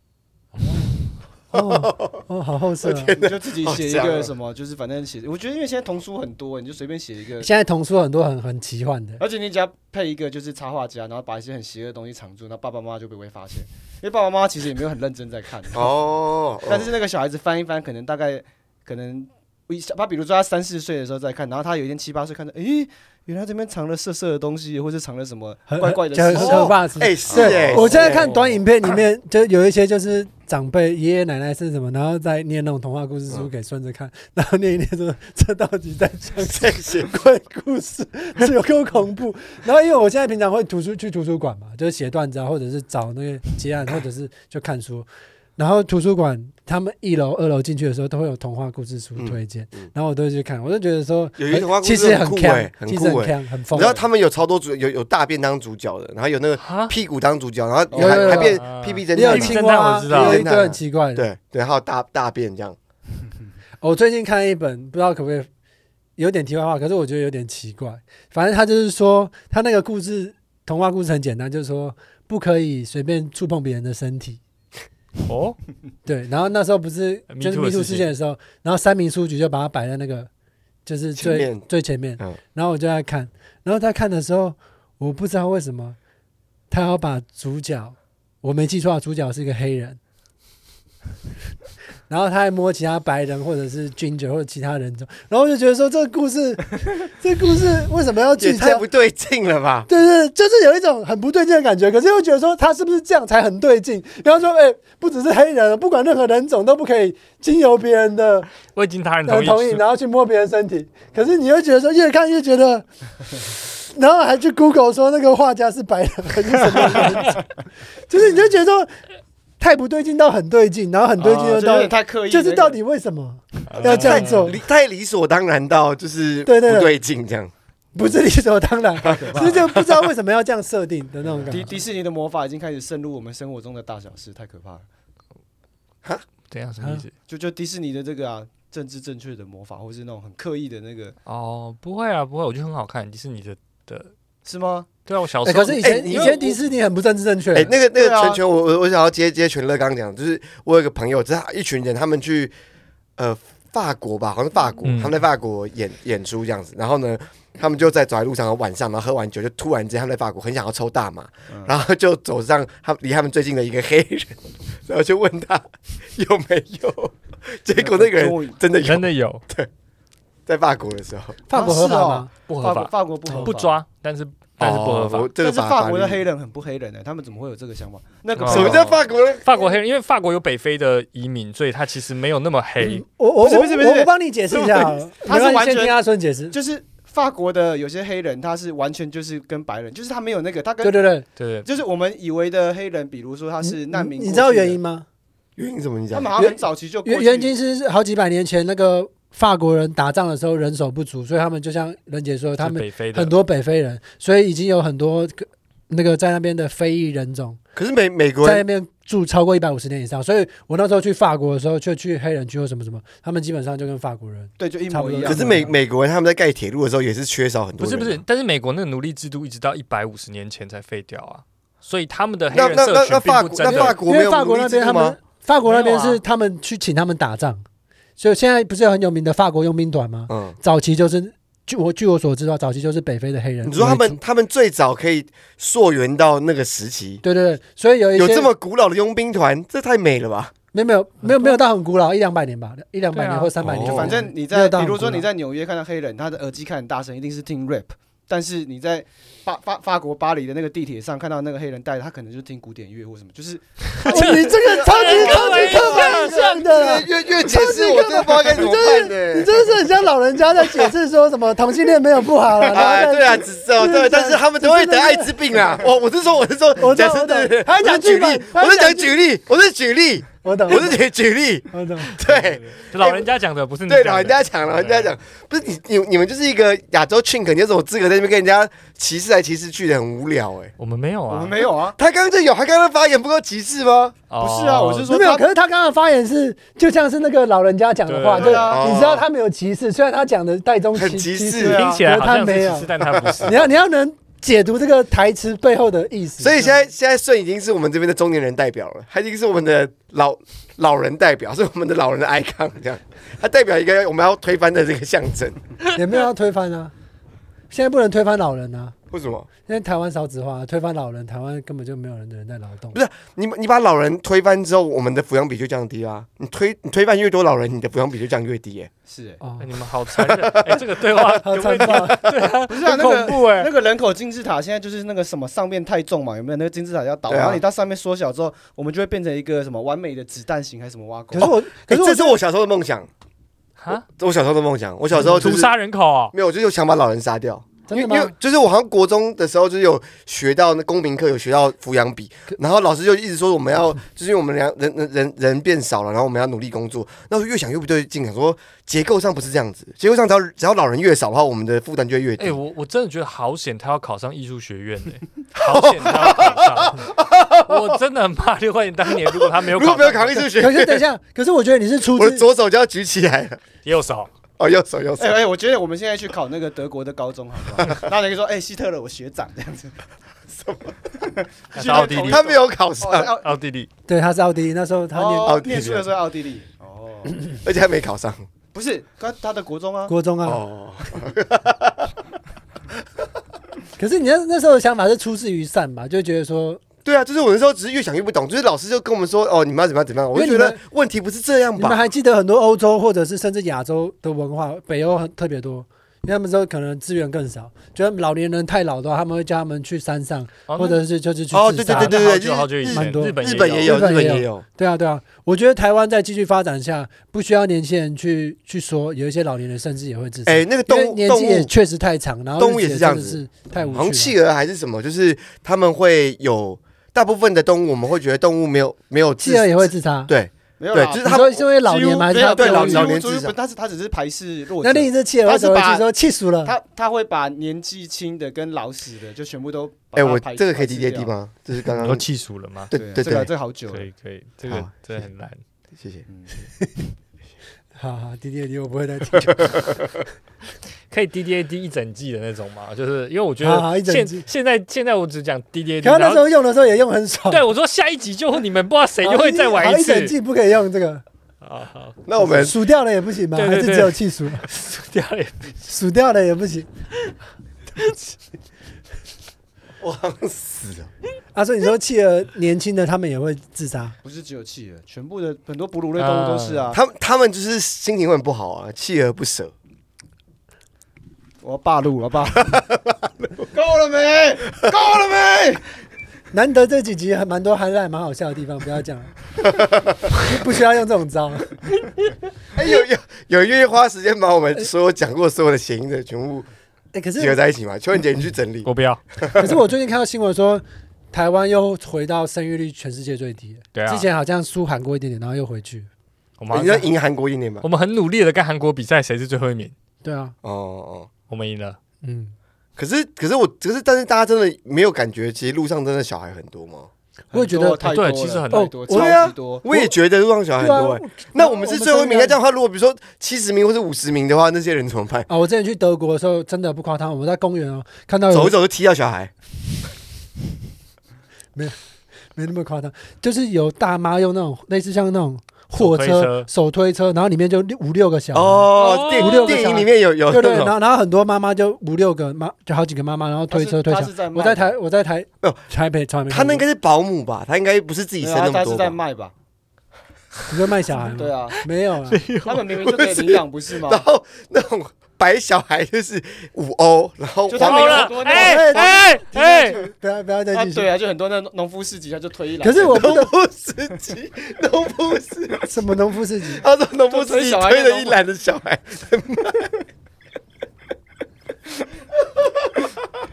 A: 哦，哦好后设、啊。
D: 你就自己写一
B: 好
A: 啊
B: 强哦
D: 个什么，就是反正写，我觉得因为现在童书很多，你就随便写一个，
A: 现在童书很多很很奇幻的，
D: 而且你只要配一个就是插画家，然后把一些很邪恶的东西藏住，那爸爸妈妈就不会发现，因为爸爸妈妈其实也没有很认真 在看。
B: 哦，
D: 但是那个小孩子翻一翻，可能大概可能一下他比如说他三四岁的时候再看，然后他有一天七八岁看到，诶，原来这边藏了色色的东西，或是藏了什么
A: 很
D: 怪怪的
A: 很
D: 事
A: 很
D: 情。
A: 可怕的事
B: 哎、
A: 情。
B: 是哎、
A: 对，我现在看短影片里面，就有一些就是长辈、爷爷奶奶是什么，然后再念那种童话故事书给孙子看，然后念一念说这到底在讲
B: 这些
A: 鬼故事，这有够恐怖。 然后因为我现在平常会图书去图书馆嘛，就是写段子啊，或者是找那个结案，或者是就看书。然后图书馆他们一楼、二楼进去的时候都会有童话故事书推荐，
B: 嗯嗯
A: 然后我都会去看，我就觉得说，
B: 有一些童话故
A: 其
B: 事
A: 实
B: 很
A: 很
B: 酷
A: 强、
B: 欸很
A: 其实
B: 酷
A: 很
B: 欸
A: 强、很
B: 你
A: 疯
B: 知。道他们有超多主有有大便当主角的，然后有那个
C: 啊，
B: 屁股当主角，然后
A: 有有
B: 还
A: 有
B: 还变
C: 啊
B: 屁屁
A: 也有
B: 侦
C: 青
A: 青
B: 探，
C: 侦探
A: 蛙啊，
C: 我知道
A: 也有一
B: 侦探
A: 堆
B: 啊
A: 很奇怪的。
B: 对对，还有大大便这样。
A: 我最近看一本，不知道可不可以有点题外话，可是我觉得有点奇怪。反正他就是说，他那个故事童话故事很简单，就是说不可以随便触碰别人的身体。
C: 哦，
A: 对，然后那时候不是
C: 呃 Me
A: 就是
C: Too 的
A: Me Too
C: 事
A: 事件的时候，然后三民书局就把它摆在那个就是最
B: 前面
A: 最前面，
B: 嗯
A: 然后我就在看，然后在看的时候，我不知道为什么他要把主角，我没记错啊，主角是一个黑人， 然后他还摸其他白人或者是 ginger 或者其他人种，然后我就觉得说这个故事，这个故事为什么要
B: 也
A: 聚
B: 太
A: 焦
B: 不？对劲了吧！
A: 对对，就是有一种很不对劲的感觉，可是又觉得说他是不是这样才很对劲？然后说，哎、不只是黑人，不管任何人种都不可以经由别人的
C: 未经他人
A: 呃
C: 同意，
A: 同意，然后去摸别人身体。可是你又觉得说越看越觉得，然后还去 Google 说那个画家是白人还是什么人种，就是你就觉得说太不对劲到很对劲，然后很对劲
D: 哦
A: 又
D: 这有
A: 到
D: 点太刻意，
A: 就是
D: 那个
A: 到底为什么
C: 啊
A: 要这样做？
B: 理太理所当然到就是不
A: 哦对对对
B: 对劲这样。
A: 不是理所当然，就是就不知道为什么要这样设定的那种感
D: 迪
A: 觉。
D: 迪士尼的魔法已经开始渗入我们生活中的大小事，太可怕了。
C: 怎样什么意思？
D: 就就迪士尼的这个啊，政治正确的魔法，或是那种很刻意的那个，
C: 哦，不会啊，不会，我觉得很好看，迪士尼的的，
D: 是 吗？
C: 对啊，我小
A: 哎、
C: 时候
A: 可是以
B: 哎
A: 前、
B: 你
A: 以
B: 因为
A: 前迪士尼很不政治正确。
B: 哎、那个那
D: 对啊
B: 个全球，我我我想要接接全乐刚讲，就是我有一个朋友，就是他一群人，他们去呃法国吧，好像是法国，
C: 嗯
B: 他们在法国演演出这样子，然后呢。他们就在走在路上，晚上，然后喝完酒，就突然之间他们在法国很想要抽大麻，
D: 嗯
B: 然后就走上他离他们最近的一个黑人，然后就问他有没有，结果那个人
D: 中文
B: 真的有
C: 真，的有
B: 在法国的时候
A: 法国合法
D: 啊是
A: 吗？
C: 不合
D: 法国
C: 法，
D: 法国不合法
C: 不，抓，但是但是不合法
B: 哦。我这
D: 但
B: 个
D: 是法国的
B: 律
D: 黑人很不黑人欸呢、他们怎么会有这个想法？那个
C: 哦
B: 什么叫法国人？
C: 法国黑人，因为法国有北非的移民，所以他其实没有那么
B: 嗯
C: 黑。
A: 我我
D: 哎不是
A: 嗯我
D: 不是不是
A: 我我帮你解释一下好了，
D: 他是
A: 没关系
D: 完全
A: 先听阿顺解释。
D: 就是法国的有些黑人，他是完全就是跟白人，就是他没有那个，他
A: 对
D: 跟
A: 对对，
C: 对，
D: 就是我们以为的黑人，比如说他是难民
A: 你你知道
D: 过去的
A: 原因？吗？
B: 原因怎么你
D: 他
B: 讲
D: 们？好像很早期就过
A: 原
D: 去
A: 原因是好几百年前那个法国人打仗的时候人手不足，所以他们就像任杰说，他
C: 就是
A: 们
C: 北非的
A: 很多北非人，所以已经有很多个那个在那边的非裔人种
B: 可是美美国
A: 在那
B: 人
A: 边住超过一百五十年以上，所以我那时候去法国的时候，就去黑人区或什么什么，他们基本上就跟法国人
D: 对，就一
A: 差不
D: 模
A: 多
D: 一
A: 这
D: 样。
A: 样
B: 可是美美国人他们在盖铁路的时候也是缺少很
C: 不
B: 多
C: 是
B: 人啊。
C: 不是，但是美国那个奴隶制度一直到一百五十年前才废掉啊，所以他们的黑
B: 那
C: 人
B: 那那
C: 社
B: 那法
C: 群
B: 国
C: 并
B: 那
C: 不真
B: 法
C: 的。
A: 因
B: 国没
A: 为
B: 有
A: 法国
B: 奴
A: 那
B: 隶制
A: 边他
B: 度吗
A: 们？法国那边
C: 没有
A: 是
C: 啊
A: 他们去请他们打仗，所以现在不是有很有名的法国佣兵团吗？
B: 嗯，
A: 早期就是据我据我所知道，早期就是北非的黑人为主。
B: 你说他们他们最早可以溯源到那个时期，
A: 对对对，所以有一些
B: 有这么古老的佣兵团，这太美了吧？
A: 没有没有没有没有到很古老，一两百年吧，一两百
C: 对啊
A: 年或三百年，
B: 哦
D: 反正你
A: 没
D: 在
A: 有到啊
D: 比
A: 很
D: 如说
A: 古
D: 你
A: 老
D: 在纽约看到黑人，他的耳机开很大声，一定是听 rap。但是你在法法法国巴黎的那个地铁上看到那个黑人戴的，他可能就听古典乐或什么，就是
A: 哦你这个超级超级刻板印象的啦。
B: 越越解释我真的不知道该怎么办
A: 你
B: 呢。
A: 真的是很像老人家在解释说什么同性恋没有不好了，
B: 哎，
A: 然后
B: 对
A: 再
B: 啊，只是哦，对，但是他们都会得艾滋病啊。我我是说，我是说，
A: 我
B: 假
A: 懂
B: 设
A: 我懂
B: 对对对
A: 他讲
B: 我是举例
A: 剧，本
B: 我
A: 他
B: 是讲
A: 讲
B: 举例，我是举例，
A: 我懂
B: 我是举举例，
A: 我懂，
B: 对。
C: 老人家讲的不是你
B: 对，
C: 讲的
B: 老人家讲，老人家讲，不是你你你们就是一个亚洲 chink，你有什么资格在那边跟人家歧视来歧视去的，很无聊哎、
C: 我们没有
D: 我
C: 啊，
D: 们没有啊，
B: 他刚刚就有，他刚刚发言不够歧视吗？
A: 嗯
C: 哦，
D: 不是啊我是说
A: 没有。
D: 他
A: 可是他刚刚的发言是就像是那个老人家讲的话，就
C: 对
D: 对啊
A: 你知道他没有歧视，虽然他讲的带中
B: 很
A: 歧
B: 歧视
A: 视
D: 对啊
C: 听起来好像
A: 他没
C: 是
A: 有
C: 歧视，但他不是。
A: 你要你要能解读这个台词背后的意思。
B: 所以现在现在顺已经是我们这边的中年人代表了，他已经是我们的老老人代表，是我们的老人的 icon 这样，他代表一个我们要推翻的这个象征。
A: 也没有要推翻啊，现在不能推翻老人啊，
B: 为什么？
A: 因为台湾少子化，推翻老人，台湾根本就没有人的人在劳动
B: 不。是你你把老人推翻之后，我们的抚养比就降低啦、啊你推你推翻越多老人，你的抚养比就降越低、欸耶。
D: 是哎、
A: 哦
C: 哎，你们好残忍！哎，这个对 话
A: 好
C: 有
A: 残
C: 问题，
A: 暴！
D: 不是啊，
C: 很
D: 那
C: 恐
D: 个
C: 怖哎
D: 那。个人口金字塔现在就是那个什么上面太重嘛，有没有？那个金字塔要倒，
B: 对啊
D: 然后你到上面缩小之后，我们就会变成一个什么完美的子弹型还是什么挖
A: 可
D: 沟
A: 是？我，可
B: 哎
A: 是我
B: 这是我小时候的梦想，
C: 啊，
B: 这是我小时候的梦想。我小时候就
C: 屠
B: 是
C: 杀人口哦，
B: 没有，就是想把老人杀掉。
A: 真
B: 因为
A: 的
B: 因为
A: 吗？
B: 就是我好像国中的时候就是有学到那公民课有学到抚养比，然后老师就一直说我们要就是因为我们两人人人人变少了，然后我们要努力工作。那我就越想越不对劲，想说结构上不是这样子，结构上只要只要老人越少的话，我们的负担就会越低。
C: 哎，我我真的觉得好险，他要考上艺术学院 哎，好险他要考上。嗯我真的很怕六块钱当年，如果他没有
B: 如果
C: 考
B: 没有
C: 上，
B: 扛艺术学
A: 可
B: 院，
A: 是等一 下，可是我觉得你是出
B: 我的
A: 自
B: 左手就要举起来了。
C: 右手
B: 哦，右手右手
D: 哎、哎、我觉得我们现在去考那个德国的高中好不好？然后你就说，哎、希特勒我学长这样子，
C: 那是奥地利
D: 你，
B: 他没有考
D: 哦，
B: 上，
D: 奥
C: 奥地利
A: 对，他是奥地利，那时候他念
B: 奥
D: 哦
B: 地利
D: 念书的时候在奥地利，哦，
B: 而且还没考上。
D: 不是他他的国中啊，
A: 国中啊。
B: 哦，
A: 可是你那那时候的想法是出自于善吧？就觉得说，
B: 对啊，就是我那时候只是越想越不懂，就是老师就跟我们说，哦，你们要怎么样怎么样，我就觉
A: 因为
B: 得
A: 你
B: 问题不是这样
A: 你们
B: 吧？
A: 还记得很多欧洲或者是甚至亚洲的文化，北欧很特别多。因为他们说可能资源更少，觉得老年人太老的话，他们会叫他们去山上，
C: 哦
A: 或者是就是去
B: 哦
A: 自
B: 对
A: 杀。
B: 对对
C: 好久好久以
B: 日
C: 前，
A: 蛮多
C: 日本
B: 日本也有，
A: 有
B: 日本
A: 日本也
B: 也有，
A: 对啊，对啊，我觉得台湾在继续发展下，不需要年轻人去去说，有一些老年人甚至也会自杀。
B: 哎，那个
A: 因
B: 动
A: 为
B: 物
A: 年
B: 动
A: 纪也
B: 物
A: 确实太长，然后
B: 动物
A: 日
B: 也
A: 子
B: 是这样
A: 真的
B: 子
A: 是太无
B: 好像哦
A: 趣
B: 企鹅还是什么，就是他们会有大部分的动物，我们会觉得动物没有没有
A: 了，
B: 自
A: 企鹅也会自杀。
B: 对
D: 没有
B: 对
D: 啦，，
B: 就是
A: 你
B: 他
A: 说
B: 们
A: 是因为老
D: 几乎
A: 年吗？还是
D: 没有
A: 他
B: 对
A: 被
B: 老
A: 抑郁
B: 老年
D: 几乎
B: 至少
D: 但是他只是排斥弱者
A: 那，另一只企鹅
D: 他
A: 会
D: 是
A: 走回去
D: 把
A: 说气死了。
D: 他他会把年纪轻的跟老死的就全部都把
B: 哎，
D: 它
B: 我
D: 排
B: 这个可以
D: 排斥
B: DJD
D: 掉？
B: 吗？就是刚
C: 你都
B: 刚
C: 气熟了吗？
B: 对
D: 啊
B: 对
D: 这个
B: 对，
D: 这个好久了
C: 可，以可以，这
B: 好
C: 个真的很难。
B: 谢谢。
D: 嗯
A: 好好，弟弟弟，我不会再 听。
C: 可以 D D A D 一整季的那种吗？就是因为我觉
A: 好好一
C: 得
A: 整
C: 现
A: 季
C: 现在现在我只讲 D D A D，
A: 可他那时候用的时候也用很爽。
C: 对我说下一集就你们不知道谁
A: 好，
C: 就会再玩
A: 好一
C: 次
A: 整。季不可以用这个，
C: 啊好，
B: 那我们
A: 数掉了也不行吗？
C: 对
A: 还
C: 对
A: 是
C: 对
A: 只有气数？
C: 第二页
A: 数掉了也不行。
B: 我好像死了，
A: 啊，所以你说企鹅年轻的他们也会自 杀，
D: 不是只有企鹅，全部的很多哺乳类动物都是啊。
B: 他们他们就是心情会很不好啊，锲而不舍。
D: 我要霸路，我要霸路，够了没？够了 没？
A: 难得这几集还蛮多还是还蛮好笑的地方，不要讲了， 不需要用这种 招。
B: 哎，有有有愿意花时间把我们所有讲过所有的谐音的全部
A: 哎、呃可是
B: 集合在一起吗？邱文杰，你去整理。
C: 我不要。
A: 可是我最近看到新闻说，台湾又回到生育率全世界最低。
C: 对啊
A: 之，前好像输韩国一点点，然后又回去。
C: 我们好
B: 你要
C: 像
B: 赢韩国一年吗？
C: 我们很努力的跟韩国比赛，谁是最后一名？
A: 对啊，
B: 哦哦。
C: 我们赢了。
A: 嗯，
B: 可是，可是我，可是，但是大家真的没有感觉，其实路上真的小孩很多吗？
A: 我也觉得
D: 很多太多了
C: 哎对啊其实很
A: 多
D: 太多，
A: 我
D: 超级多。
B: 哦我也啊觉得路上小孩很
A: 对啊
B: 多、欸。那我们是最后一名，那这
A: 样。
B: 样的话，如果比如说七十名或者五十名的话，那些人怎么办？
A: 啊、我之前去德国的时候，真的不夸张，我们在公园哦，看到有
B: 走一走就踢到小孩，
A: 没那么夸张，就是有大妈用那种类似像那种货
C: 手推
A: 车
C: 车、
A: 手推车，然后里面就六五六个小孩。
B: 哦，
C: 哦
B: 电
C: 五
A: 六个
B: 电
A: 小
B: 影
A: 孩
B: 里面有有
A: 对
B: 那
A: 对，然
B: 种，
A: 后然后很多妈妈就五六个妈，就好几个妈妈，然后推车推
D: 他
A: 小
D: 是。在卖的
A: 我在台，我在台
B: 没有，
A: 台北从来没
B: 他
A: 看
B: 那
A: 过。
B: 应该是保姆吧？他应该不是自己
D: 没
B: 生
D: 有他
B: 那么
A: 啊
D: 他
B: 多
D: 是在
B: 吧？哎
D: 卖吧？
A: 你说卖小孩吗？
D: 对 啊，
A: 没有啊，
D: 他们明明就可以领养，不是吗？
B: 然后那种白小孩就是五欧，然后
D: 就他
B: 黄
D: 们
C: 好
D: 有
C: 了
D: 很多，
C: 哎
D: 那种
C: 哎哎，
A: 不要不要再
D: 啊，
A: 继续
D: 对。啊，就很多那农夫市集，他就推一篮，
A: 可是我不
B: 农
A: 懂
B: 夫司机，农夫司机，
A: 什么农夫市集，
B: 他说农夫司机
D: 就推小孩
B: 推了一篮的小孩，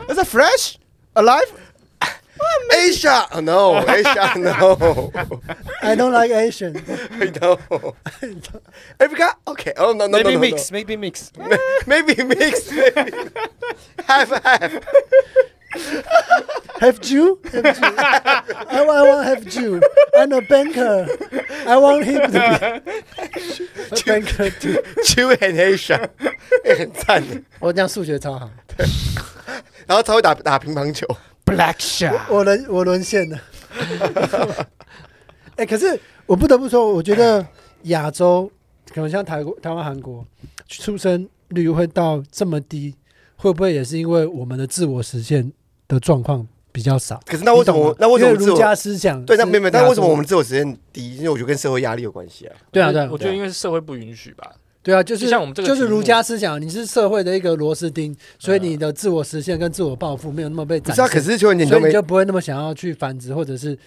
D: Is it fresh alive？
B: Asia, no, Asia, no,
A: I don't like Asian。
B: no. Africa, okay. Oh no, no, no,
D: Maybe
B: no, no.
D: mix, maybe mix。
B: Maybe mix, maybe half, half.
A: Have Jew? Have Jew? I want, I want have Jew. I'm a banker. I want him to be a banker too.
B: Jew and Asia，也 很赞的。
A: 我这样数学超好，
B: 然后他会打打乒乓球，
D: Black Shark，
A: 我沦我沦陷了。 哎、可是我不得不说，我觉得亚洲可能像台国、台湾、韩国出生率会到这么低，会不会也是因为我们的自我实现的状况比较少？
B: 可是那为什
A: 你懂
B: 么
A: 吗？
B: 那为什么
A: 因
B: 自
A: 儒家
B: 我？
A: 思想
B: 对，那
A: 是
B: 没有没有，但
A: 亚
B: 为什么
A: 洲
B: 我们自我实现低？因为我觉得跟社会压力有关系啊。
A: 对啊对啊
C: 我觉得因为是社会不允许吧。
A: 对啊，就是
C: 就像我们这个
A: 就是
C: 题目嗯
A: 儒家思想，你是社会的一个螺丝钉，所以你的自我实现跟自我抱负没有那么被
B: 不
A: 展
B: 是啊，可
A: 示，
B: 是邱文杰你
A: 所
B: 都
A: 以
B: 没
A: 你就不会那么想要去繁殖或者是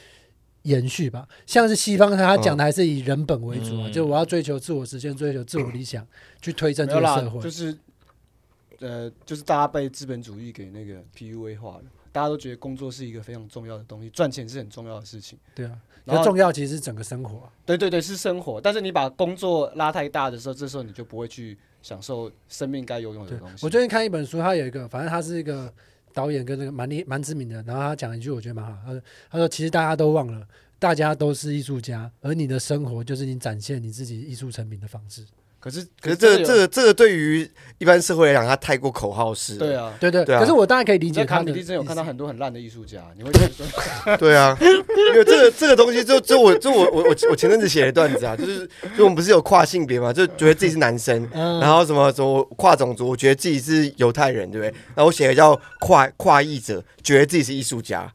A: 延续吧。像是西方他讲的还是以人本为主啊，
C: 嗯
A: 就我要追求自我实现，追求自我理想，去推升
D: 没
A: 这
D: 有
A: 个
D: 啦
A: 社，会
D: 就。是呃，就是大家被资本主义给那个 PUA 化了，大家都觉得工作是一个非常重要的东西，赚钱是很重要的事情。
A: 对啊，
D: 然
A: 那
D: 后
A: 重要其实是整个生活啊。
D: 对对对，是生活。但是你把工作拉太大的时候，这时候你就不会去享受生命该拥有的
A: 对
D: 东西。
A: 我最近看一本书，他有一个，反正他是一个导演跟那个蛮厉蛮知名的，然后他讲一句我觉得蛮好，他说他说其实大家都忘了，大家都是艺术家，而你的生活就是你展现你自己艺术成品的方式。
D: 可是
B: 可是这
D: 有
B: 个这个这个对于一般社会来讲，它太过口号式。
D: 对，啊。
A: 对对，
B: 对啊
A: 可是我当然可以理
D: 你
A: 解
D: 在
A: 他
D: 卡
A: 的
D: 米
A: 意
D: 蒂
A: 思。
D: 真有看到很多很烂的艺术家，你会觉得说，
B: 对啊，因为这个这个东西就，就我就我我我我前阵子写了段子啊，就是就我们不是有跨性别嘛，就觉得自己是男生，
A: 嗯
B: 然后什么什么跨种族，我觉得自己是犹太人，对不对？然后我写了叫跨跨译者，觉得自己是艺术家，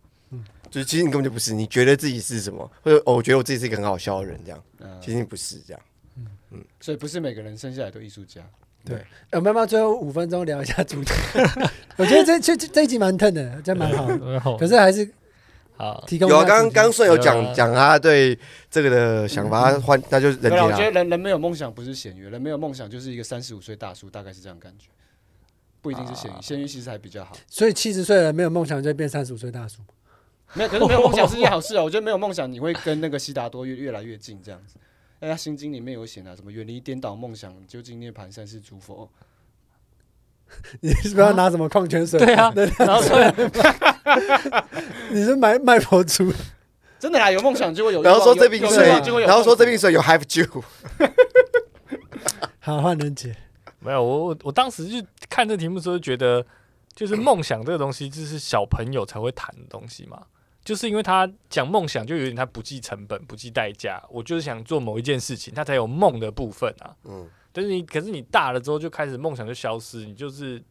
B: 就是其实你根本就不是，你觉得自己是什么，或者哦，我觉得我自己是一个很好笑的人，这样，
D: 嗯，
B: 其实你不是这样。
D: 所以不是每个人生下来都艺术家。
A: 呃，我们要不要最后五分钟聊一 下主题？我觉得这这这这一集蛮疼的，真蛮好的。
C: 好
A: 可是还是
C: 好，
A: 提供
B: 有啊，
A: 一下
B: 刚
A: 主
B: 刚
A: 题
B: 刚顺有
C: 有
B: 讲
C: 啊
B: 讲他对这个的想法，他换那就是人
D: 对
B: 家
D: 啊，我觉得人人没有梦想不是咸鱼，人没有梦想就是一个三十五岁大叔，大概是这样感觉，不一定是咸
B: 啊
D: 鱼，咸鱼其实还比较好。
A: 所以七十岁了没有梦想就会变三十五岁大叔。
D: 没有，可是没有梦想是一件 好事啊。我觉得没有梦想，你会跟那个悉达多越越来越近这样子。那他心经里面有写啊，什么远离颠倒梦想，究竟涅盘三世诸佛。
A: 你是不是要拿什么矿泉水？
C: 啊对啊，然后所以
A: 你是卖卖佛珠？
D: 真的啦，有梦想就会有欲望。
B: 然后说这瓶
D: 有
B: 水
D: 有欲望就会，有
B: 然后说这
D: 痛
B: 瓶水有 have you，
A: 好，换人姐。
C: 没有我我我当时就看这题目的时候就觉得，就是梦想这个东西，就是小朋友才会谈的东西嘛。就是因为他讲梦想，就有点他不计成本、不计代价。我就是想做某一件事情，他才有梦的部分啊。
B: 嗯，
C: 但是你，可是你大了之后就开始梦想就消失，你就是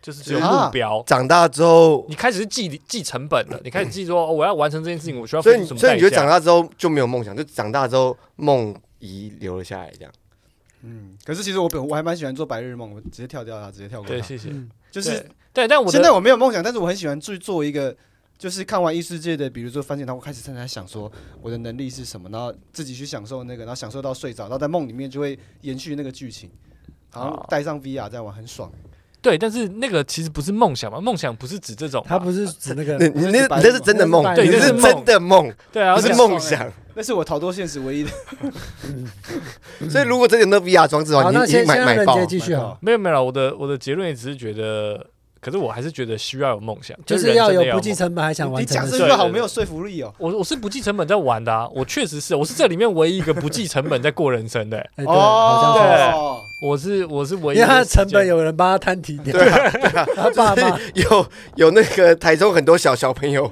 C: 就是只有
D: 啊
C: 目标，
B: 长大之后
C: 你开始是计计成本了，你开始计说、哦、我要完成这件事情，我需要
B: 嗯
C: 付
B: 所以
C: 出
B: 你
C: 什么代价。
B: 所以你觉得长大之后就没有梦想，就长大之后梦遗留了下来，这样
D: 嗯，可是其实我本我还蛮喜欢做白日梦，我直接跳掉它，直接跳过
C: 对，
D: 它。
C: 谢谢。
A: 嗯
D: 就是
C: 对对，但我
D: 现在
C: 的
D: 我没有梦想，但是我很喜欢去做一个，就是看完异世界的，比如说番茄汤，我开始正在想说我的能力是什么，然后自己去享受那个，然后享受到睡着，然后在梦里面就会延续那个剧情，然后
C: 好
D: 带上 VR 在玩，很爽。
C: 对，但是那个其实不是梦想嘛，梦想不是指这种嘛，
A: 他不是指那个
B: 你你那
D: 是白
B: 你那是真的梦
A: 那，是
C: 白
B: 你
C: 日
B: 是
C: 梦
B: 真的梦，
C: 对啊，
B: 不
C: 我
B: 是
C: 讲
B: 梦想。
D: 那是我逃脱现实唯一的。
B: 所以如果真的有那 VR 装置的话，
A: 好，
B: 哦你
A: 那
B: 已经
A: 先先
B: 买
A: 让
B: 买
A: 人
B: 爆啊
A: 杰
B: 了。
A: 继续
D: 买
A: 好
D: 爆，
C: 没有没有啦，我的我的结论也只是觉得，可是我还是觉得需要有梦想，
A: 就是是
C: 人
A: 要
C: 真的
A: 有不计
C: 梦
A: 成本还想
D: 你
A: 完成
D: 讲
A: 的
D: 这
A: 事。
D: 句话好
C: 对对
D: 没有说服力哦。
C: 我我是不计成本在玩的啊，我确实是，我是这里面唯一一个不计成本在过人生的、欸
A: 哎，对，好像是。
D: 哦，
C: 我是我是唯一
A: 因为
C: 一个
A: 他的
C: 实践
A: 成本有人帮他摊提点，
B: 对啊
A: 他爸妈
B: 有有那个台中很多小小 朋友，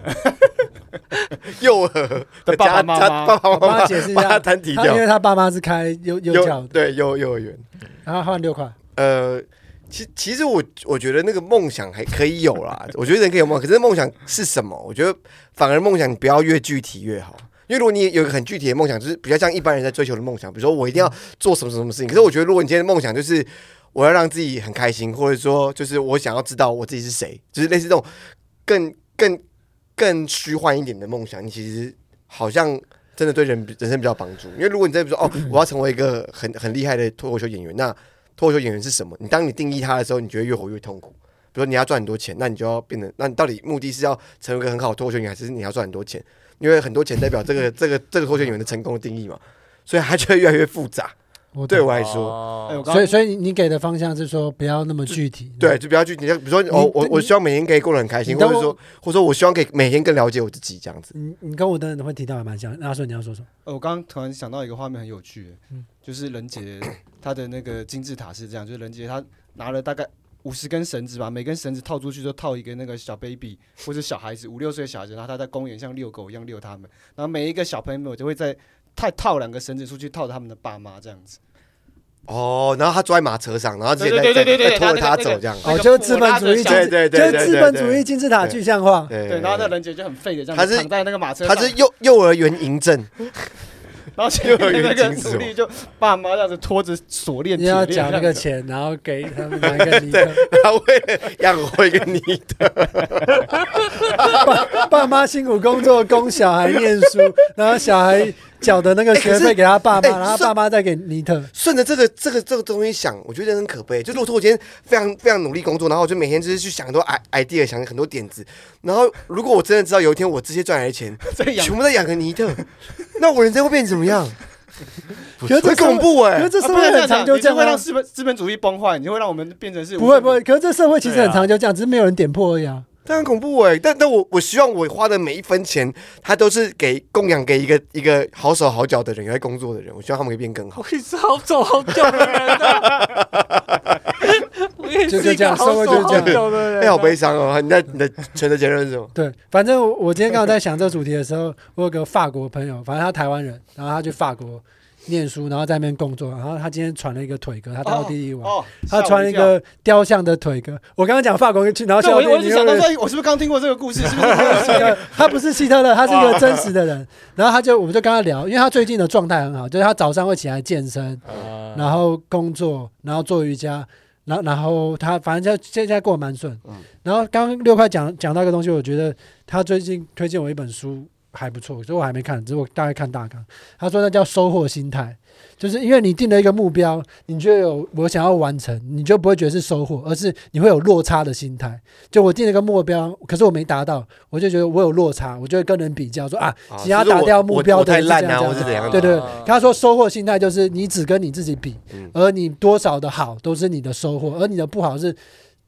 B: 幼儿的
D: 爸
B: 家
D: 爸妈
B: 家
D: 妈
B: 爸爸
A: 我
B: 妈
A: 帮
B: 妈
A: 他解释一
B: 把
A: 下
B: 他，摊提
A: 他因
B: 掉
A: 为，他爸妈是开幼幼教
B: 幼
A: 的，
B: 对幼幼儿园。
A: 然后换六块，
B: 呃，其其实我我觉得那个梦想还可以有啦，我觉得人可以有梦，可是梦想是什么？我觉得反而梦想你不要越具体越好。因为如果你有一个很具体的梦想，就是比较像一般人在追求的梦想，比如说我一定要做什么什么什么事情。可是我觉得，如果你今天的梦想就是我要让自己很开心，或者说就是我想要知道我自己是谁，就是类似这种更更更虚幻一点的梦想，你其实好像真的对人人生比较有帮助。因为如果你真的说哦，我要成为一个很很厉害的脱口秀演员，那脱口秀演员是什么？你当你定义他的时候，你觉得越活越痛苦。比如说你要赚很多钱，那你就要变成，那你到底目的是要成为一个很好的脱口秀演员，还是你要赚很多钱？因为很多钱代表这 个这个这个脱口秀演员的成功的定义嘛，所以它就会越来越复杂。
A: 我
B: 对
A: 懂，
B: 我来说，
D: 哎我
C: 哦
D: 刚
A: 所以所以你给的方向是说不要那么具体，
B: 对，，就比较具体，比如说哦，我我希望每天可以过得很开心，
A: 你
B: 或
A: 当我
B: 者说或者说我希望可以每天更了解我自己这样子。
A: 你你跟我等等会提到还蛮像，那说你要说什么？
D: 呃我刚刚突然想到一个画面很有趣，就是任杰他的那个金字塔是这样，就是任杰他拿了大概五十根绳子吧，每根绳子套出去就套一个那个小 baby 或者小孩子五六岁的小孩子，然后他在公园像遛狗一样遛他们，然后每一个小朋友就会在他套两个绳子出去套他们的爸妈这样子。
B: 哦，然后他坐在马车上，然后直接在
E: 对对对对对
B: 在拖着
E: 对
B: 他
E: 那个
B: 走这样。
A: 哦，
E: 那个
A: 就是资本主
E: 布
A: 义金
E: 拉
B: 对
A: 字，
B: 对
A: 就
B: 对
A: 是
B: 对，
A: 资本主义金字塔
B: 对
A: 具象化。
B: 对。
D: 对，然后那人杰就很废的这样
B: 他
D: 子
B: 是
D: 躺在那个马车
B: 他
D: 上，
B: 是幼幼儿园营证，
D: 然后前面那
B: 幼儿
D: 个
B: 园禁止
D: 奴
B: 哦
D: 隶就爸妈这样子拖着锁链
A: 你
D: 铁
A: 要
D: 链这
A: 缴
D: 样
A: 那个
D: 子
A: 钱，然后给他们拿一个尼克。
B: 他为了养活一个你的，
A: 爸爸妈辛苦工作供小孩念书，然后小孩缴的那个学费给他爸妈，
B: 哎可是哎
A: 然后他爸妈再给尼特。
B: 顺着这个这个这个东西想，我觉得很可悲。就如果说我今天非常非常努力工作，然后我就每天就是去想很多 i- idea，想很多点子，然后如果我真的知道有一天我这些赚来 的钱
D: 在养
B: 全部在养个尼特， 那我人生会变怎么样？
A: 可是这
B: 很
A: 社会
B: 恐怖哎、
A: 可是这
D: 啊
A: 社
D: 不能
A: 会
D: 这
A: 很
D: 样
A: 常
D: 讲，
A: 就
D: 你
A: 这
D: 就
A: 样
D: 会让
A: 啊，
D: 资本资本主义崩坏，你就会让我们变成是无
A: 不会
D: 政
A: 不会，可是这社会其实
C: 对啊
A: 很常就这样，只是没有人点破而已啊。
B: 但很恐怖哎、但但我我希望我花的每一分钱，他都是给供养给一个一个好手好脚的人，有在工作的人。我希望他们可以变更好。
C: 我也是好走好久的人啊， 我也
A: 就是
C: 一
A: 这样
C: 个好
A: 社会就是这
C: 走好
A: 样
C: 久的人
B: 哎、
C: 啊。
B: 好悲伤哦！你的你的全的结论是什么？
A: 对，反正我我今天刚好 在想这个主题的时候，我有个法国朋友，反正他台湾人，然后他去法国念书，然后在那边工作，然后他今天传了一个腿哥，他到第一网，
D: 哦，
A: 他传了一个雕像的腿哥。我刚刚讲法国去，然后
D: 吓
A: 笑
D: 我一
A: 弟
D: 跳。对，我我一
A: 你
D: 直
A: 又
D: 想到说，哎我是不是刚听过这个故事？是 不哦是？
A: 希特勒他不是希特勒，他是一个真实的人。然后他就，我们就跟他聊，因为他最近的状态很好，就是他早上会起来健身，
C: 啊
A: 然后工作，然后做瑜伽，然后然后他反正就现在过得蛮顺。然后刚刚六块讲讲到一个东西，我觉得他最近推荐我一本书还不错，可是我还没看，只是我大概看大纲。他说那叫收获心态，就是因为你定了一个目标，你就有我想要完成，你就不会觉得是收获，而是你会有落差的心态。就我定了一个目标，可是我没达到，我就觉得我有落差，我就会跟人比较说啊，
B: 啊
A: 其他
B: 就是
A: 打
B: 我
A: 掉目
B: 我
A: 标
B: 我
A: 的
B: 太
A: 人是这
B: 烂
A: 样
B: 啊，
A: 这
B: 我
A: 样
B: 是怎样
A: 对
B: 的？
A: 对对
C: 啊
A: 他说收获心态就是你只跟你自己比，
B: 嗯
A: 而你多少的好都是你的收获，而你的不好是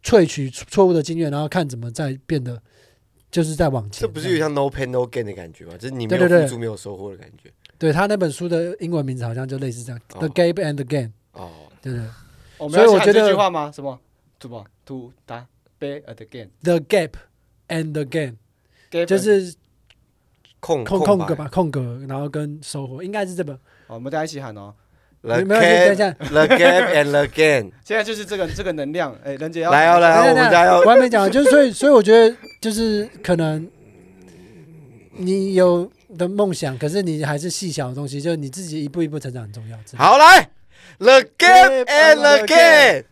A: 萃取错误的经验，然后看怎么再变得就是在往前。
B: 这不是有点像 no pain no gain 的感觉吗？就是你没
A: 对
B: 有
A: 对对
B: 付出没有收获的感觉。
A: 对他那本书的英文名字好像就类似这样，
B: 哦
A: The Game and the Game》，
B: 哦，
A: 对不对
D: 我们
A: 所以
D: 要
A: 我
D: 喊
A: 觉
D: 这
A: 得
D: 句话吗？什么？什么？To 打 bear at again，
A: ？The Gap and the Game 就
D: Gave a-
A: 是
B: 空
A: 空空格
B: 白
A: 吧，空格，然后跟收获应该是这本。
D: 好我们大家一起喊哦。
B: ？The
A: 你没有等一
B: gap,
A: 下，
B: the gap and the gain。
D: 现在就是这个这个能量，哎，人杰要
B: 来哦，来
A: 等
B: 哦，我
A: 一下
B: 们家要
A: 我还没讲，就是所以，所以我觉得就是可能你有的梦想，可是你还是细小的东西，就是你自己一步一步成长很重要。真的
B: 好来，the
D: Gap
B: gap and
D: and the
B: the gain。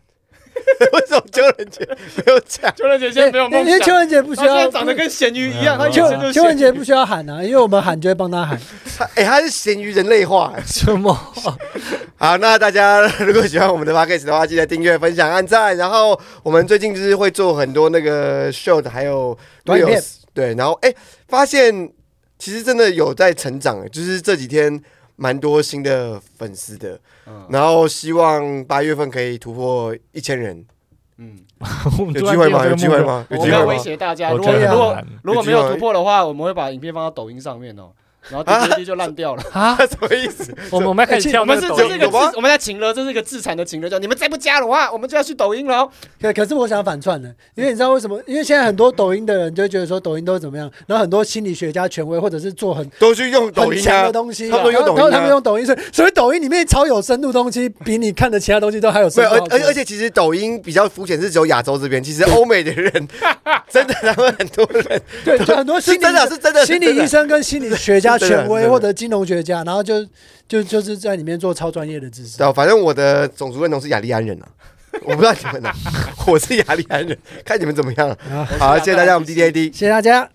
B: 为什么救人节没有讲？
D: 邱仁杰现在没有梦
A: 因为邱
D: 想，
A: 文杰不需
D: 他现
A: 要
D: 在，长得跟咸鱼一样，
C: 不
D: 他
B: 哦
C: 是
D: 眼
A: 邱
D: 神就是
A: 邱文
D: 咸
A: 杰
D: 鱼
A: 不需要喊啊，因为我们喊就会帮他 喊。
B: 他哎，他是咸鱼人类化。哎
C: 什么？
B: 好，那大家如果喜欢我们的 podcast 的话，记得订阅、分享、按赞。然后我们最近就是会做很多那个 show 的，还有
A: 短影片
B: reels 对，然后哎、发现其实真的有在成长，就是这几天蛮多新的粉丝的。
D: 嗯
B: 然后希望八月份可以突破一千人，
D: 嗯，
C: 我们
B: 有
C: 突
B: 机会
C: 然间
B: 吗？有
C: 这个
B: 机
C: 目
B: 会
C: 标？
B: 吗？有
D: 我
B: 机
D: 没有威
B: 会吗？
D: 胁大家，
C: 我
D: 如
C: 觉
D: 果
A: 对
C: 得
A: 啊
D: 如
C: 很
D: 果
C: 难
D: 如果没
B: 有机
D: 有
B: 会
D: 突破的话，我们会把影片放到抖音上面哦，然后 DJD 就烂掉了。
C: 啊！
B: 什么意思？
C: 我们我们开始
A: 哎
C: 跳
D: 我
C: 那
D: 们是
C: 个
D: 这
C: 抖
D: 是一
C: 音
D: 个
B: 有吗
D: 自我们在请了，这是一个自残的请了，叫你们再不加的话，我们就要去抖音了哦。
A: 可可是我想反串的，因为你知道为什么？因为现在很多抖音的人就会觉得说抖音都是怎么样，然后很多心理学家权威或者是做很
B: 都去用抖
A: 很
B: 音
A: 强
B: 啊
A: 的！东西啊，
B: 他们都用抖音啊
A: 然后他们用抖音，所以所以抖音里面超有深度东西，比你看的其他东西都还有深
B: 对，
A: 度
B: 而
A: 好处。
B: 而而且其实抖音比较肤浅，是只有亚洲这边，其实欧美的人真的他们很多人
A: 对，就很多心
B: 是
A: 理
B: 真的是真的是啊
A: 心
B: 真
A: 理医
B: 的。啊
A: 生跟心理学 家权
B: 是真
A: 威
B: 的
A: 或者金融学家，然后就就就是在里面做超专业的知识。
B: 对，反正我的种族认同是雅利安人啊，我不知道 你们啊，我是雅利安人，看你们怎么样啊。
A: 啊，
B: 好，谢谢大家，我们 D D A D。
A: 谢谢大家。